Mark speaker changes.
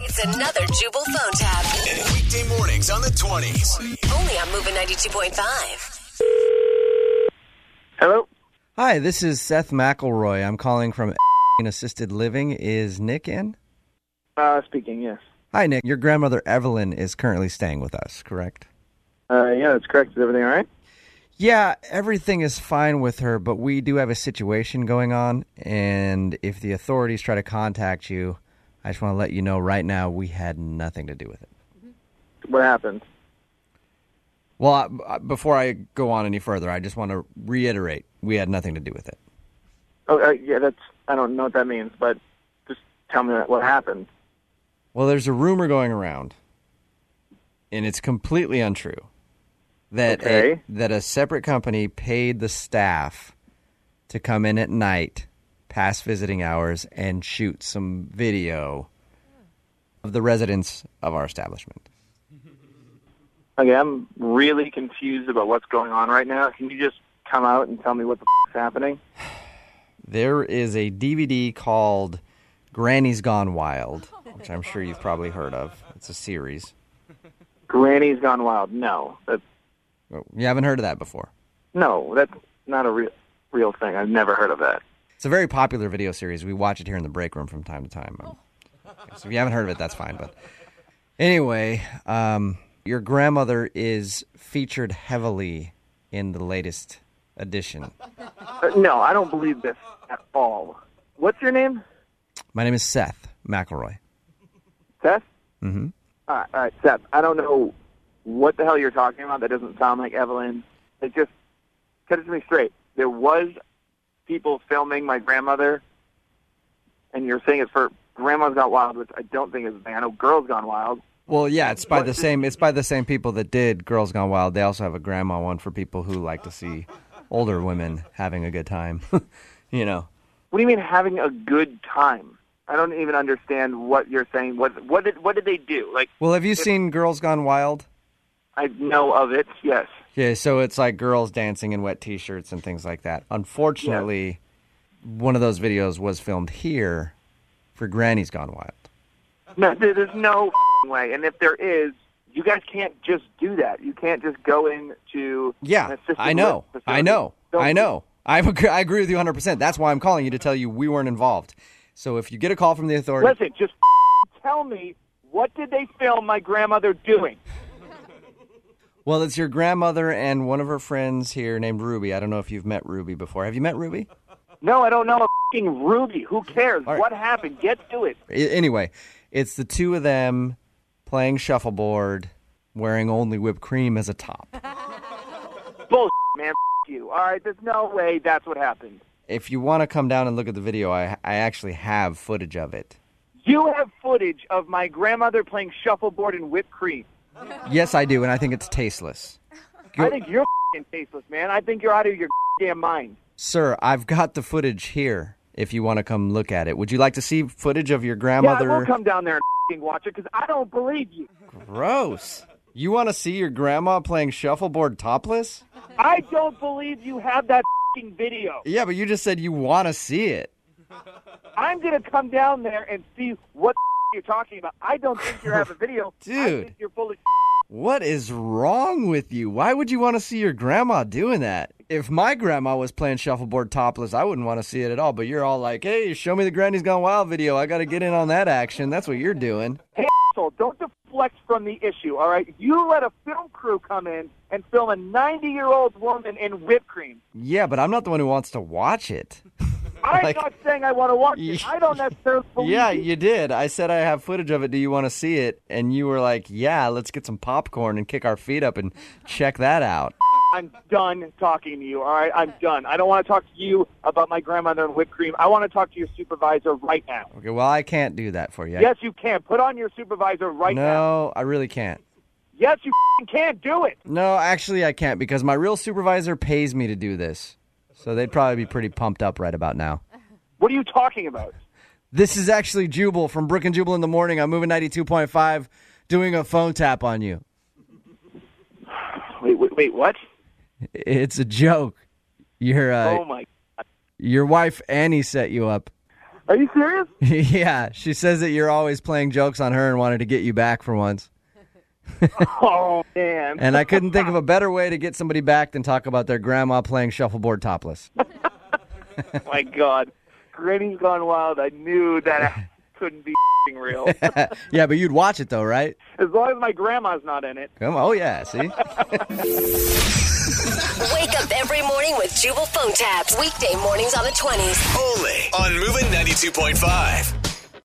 Speaker 1: It's another Jubal phone tab.
Speaker 2: And weekday mornings on the 20s.
Speaker 1: Only on Moving 92.5.
Speaker 3: Hello.
Speaker 4: Hi, this is Seth McElroy. I'm calling from Assisted Living. Is Nick in?
Speaker 3: Uh, speaking. Yes.
Speaker 4: Hi, Nick. Your grandmother Evelyn is currently staying with us, correct?
Speaker 3: Uh, yeah, that's correct. Is everything all right?
Speaker 4: Yeah, everything is fine with her, but we do have a situation going on. And if the authorities try to contact you, I just want to let you know right now we had nothing to do with it.
Speaker 3: What happened?
Speaker 4: Well, I- I- before I go on any further, I just want to reiterate we had nothing to do with it.
Speaker 3: Oh, uh, yeah. That's. I don't know what that means, but just tell me what happened.
Speaker 4: Well, there's a rumor going around, and it's completely untrue, that a,
Speaker 3: Okay.
Speaker 4: that a separate company paid the staff to come in at night, past visiting hours, and shoot some video of the residents of our establishment.
Speaker 3: Okay, I'm really confused about what's going on right now. Can you just come out and tell me what the f- is happening?
Speaker 4: There is a DVD called Granny's Gone Wild, which I'm sure you've probably heard of. It's a series.
Speaker 3: Granny's gone wild. No, that's
Speaker 4: Oh, You haven't heard of that before.
Speaker 3: no, that's not a real real thing. I've never heard of that.
Speaker 4: It's a very popular video series. We watch it here in the break room from time to time. Um, So if you haven't heard of it, that's fine. But anyway, um, your grandmother is featured heavily in the latest edition.
Speaker 3: Uh, no, I don't believe this at all. What's your name?
Speaker 4: My name is Seth McElroy.
Speaker 3: Seth? Mm-hmm. All right, all right, Seth. I don't know what the hell you're talking about. That doesn't sound like Evelyn. It just cut it to me straight. There was people filming my grandmother, and you're saying it's for Grandma's Gone Wild, which I don't think is. I know Girls Gone Wild.
Speaker 4: Well, yeah, it's by the same it's by the same people that did Girls Gone Wild. They also have a grandma one for people who like to see older women having a good time. you know.
Speaker 3: What do you mean having a good time? I don't even understand what you're saying. What what did what did they do? Like
Speaker 4: Well, have you seen Girls Gone Wild?
Speaker 3: I know of it. Yes.
Speaker 4: Yeah, so it's like girls dancing in wet t-shirts and things like that. Unfortunately, one of those videos was filmed here for Granny's Gone Wild.
Speaker 3: No, there- there's no f***ing way. And if there is, you guys can't just do that. You can't just go into an
Speaker 4: Yeah,
Speaker 3: assisted
Speaker 4: I know.
Speaker 3: living
Speaker 4: I
Speaker 3: facility.
Speaker 4: know.
Speaker 3: Don't-
Speaker 4: I know. I agree, I agree with you 100%. That's why I'm calling you to tell you we weren't involved. So if you get a call from the authorities,
Speaker 3: Listen, just f***ing tell me what did they film my grandmother doing?
Speaker 4: well, it's your grandmother and one of her friends here named Ruby. I don't know if you've met Ruby before. Have you met Ruby?
Speaker 3: No, I don't know. A f***ing Ruby. Who cares?
Speaker 4: right.
Speaker 3: What happened? Get to it.
Speaker 4: I- anyway, it's the two of them playing shuffleboard wearing only whipped cream as a top.
Speaker 3: Bullshit, man. F*** you. All right. There's no way that's what happened.
Speaker 4: if you want to come down and look at the video, I I actually have footage of it.
Speaker 3: You have footage of my grandmother playing shuffleboard and whipped cream.
Speaker 4: Yes, I do, and I think it's tasteless.
Speaker 3: I think you're f***ing tasteless, man. I think you're out of your damn mind.
Speaker 4: Sir, I've got the footage here if you want to come look at it. Would you like to see footage of your
Speaker 3: Yeah,
Speaker 4: grandmother?
Speaker 3: I will come down there and f***ing watch it because I don't believe you.
Speaker 4: Gross. You want to see your grandma playing shuffleboard topless?
Speaker 3: I don't believe you have that fing video.
Speaker 4: Yeah, but you just said you want to see it.
Speaker 3: I'm gonna come down there and see what you're talking about. I don't think you have a video, I
Speaker 4: Dude.
Speaker 3: think you're full of.
Speaker 4: What is wrong with you? Why would you want to see your grandma doing that? If my grandma was playing shuffleboard topless, I wouldn't want to see it at all. But you're all like, hey, show me the Granny's Gone Wild video. I got to get in on that action. That's what you're doing.
Speaker 3: Hey, asshole, don't deflect from the issue. All right, you let a film crew come in and film a 90-year-old woman in whipped cream.
Speaker 4: Yeah, but I'm not the one who wants to watch it.
Speaker 3: I'm
Speaker 4: Like-
Speaker 3: not saying I want to watch it. I don't necessarily believe.
Speaker 4: yeah,
Speaker 3: you.
Speaker 4: you did. I said I have footage of it. Do you want to see it? And you were like, yeah, let's get some popcorn and kick our feet up and check that out.
Speaker 3: I'm done talking to you. All right, I'm done. I don't want to talk to you about my grandmother and whipped cream. I want to talk to your supervisor right now.
Speaker 4: Okay, well, I can't do that for you. I-
Speaker 3: Yes, you can. Put on your supervisor right now.
Speaker 4: no, I really can't.
Speaker 3: Yes, you f***ing can't do it.
Speaker 4: No, actually, I can't because my real supervisor pays me to do this. So they'd probably be pretty pumped up right about now.
Speaker 3: What are you talking about?
Speaker 4: This is actually Jubal from Brook and Jubal in the Morning. I'm moving 92.5, doing a phone tap on you.
Speaker 3: Wait, wait, wait what?
Speaker 4: It's a joke. Your uh,
Speaker 3: oh my.
Speaker 4: your wife Annie set you up.
Speaker 3: Are you serious?
Speaker 4: yeah, she says that you're always playing jokes on her and wanted to get you back for once.
Speaker 3: Oh man.
Speaker 4: And I couldn't think of a better way to get somebody back than talk about their grandma playing shuffleboard topless.
Speaker 3: oh my god. Granny's gone wild. I knew that couldn't be real. as
Speaker 4: yeah, but you'd watch it though, right?
Speaker 3: long as my grandma's not in it.
Speaker 4: Come oh yeah, see?
Speaker 1: Wake up every morning with Jubal phone tabs. Weekday mornings on the 20s.
Speaker 2: Only on Moving 92.5.